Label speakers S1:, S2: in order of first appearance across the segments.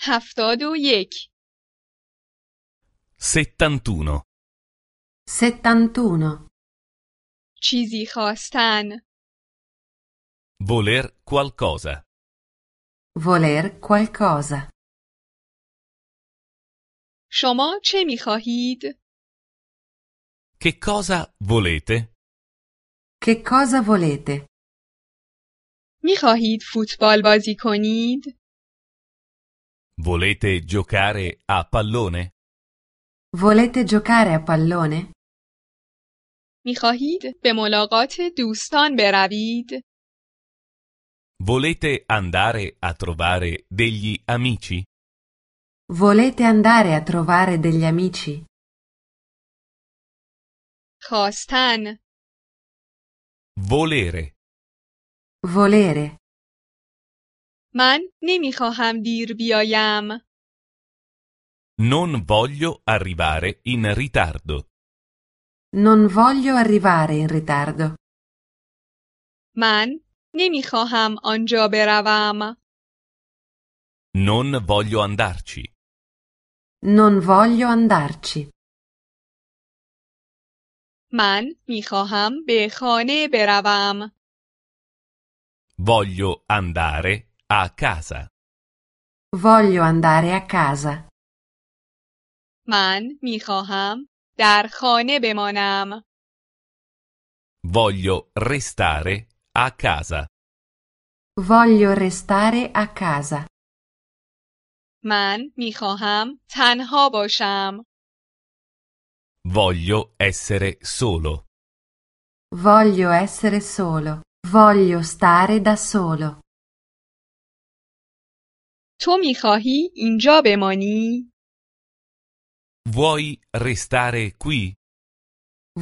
S1: هفتاد و یک
S2: 71.
S3: 71.
S1: چیزی خواستن
S2: Voler qualcosa.
S3: Voler qualcosa.
S1: شما چه می خواهید؟
S2: Che cosa volete?
S3: Che cosa volete?
S1: می خواهید فوتبال بازی کنید؟
S2: Volete giocare a pallone?
S3: Volete giocare a pallone?
S1: می خواهید به ملاقات دوستان بروید؟
S2: Volete andare a trovare degli amici?
S3: Volete andare a trovare degli amici?
S1: خواستن
S2: Volere.
S3: Volere.
S1: من نمی خواهم دیر بیایم.
S2: Non voglio arrivare in ritardo.
S3: Non voglio arrivare in ritardo.
S1: من نمی خواهم آنجا بروم.
S2: Non voglio andarci.
S3: Non voglio andarci.
S1: من می خواهم به خانه بروم.
S2: Voglio andare a casa.
S3: Voglio andare a casa.
S1: من می خواهم در خانه بمانم.
S2: Voglio restare a casa.
S3: Voglio restare a casa.
S1: من می خواهم تنها باشم.
S2: Voglio essere solo.
S3: Voglio essere solo. Voglio stare da solo.
S1: تو می خواهی اینجا بمانی؟
S2: Vuoi restare qui?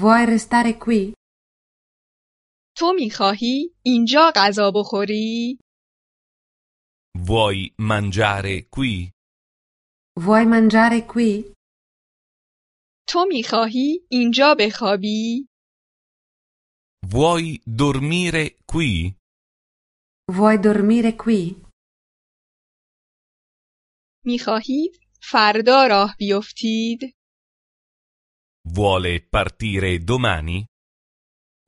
S3: Vuoi restare qui?
S1: تو می خواهی اینجا غذا بخوری؟
S2: Vuoi mangiare qui?
S3: Vuoi mangiare qui?
S1: تو می خواهی اینجا بخوابی؟
S2: Vuoi dormire qui?
S3: Vuoi dormire qui?
S1: می خواهید فردا راه بیفتید؟
S2: Vuole partire domani?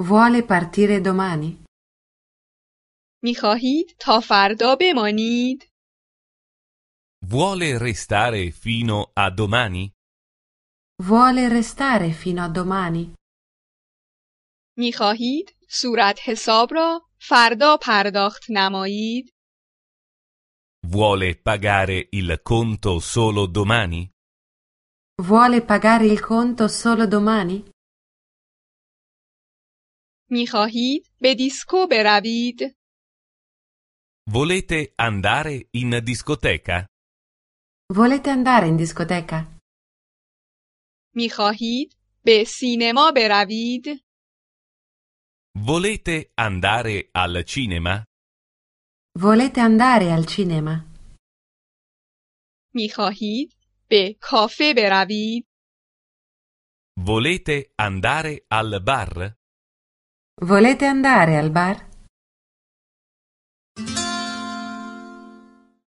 S3: Vuole partire domani?
S1: می خواهید تا فردا بمانید؟
S2: Vuole restare fino a domani?
S3: Vuole restare fino a domani?
S1: می خواهید صورت حساب را فردا پرداخت نمایید؟
S2: Vuole pagare il conto solo domani?
S3: Vuole pagare il conto solo domani?
S1: می خواهید به دیسکو بروید؟
S2: Volete andare in discoteca?
S3: Volete andare in discoteca?
S1: می خواهید به سینما بروید؟
S2: Volete andare al cinema?
S3: Volete andare al cinema?
S1: می خواهید به کافه بروید؟
S2: Volete andare al bar?
S3: Volete andare al bar?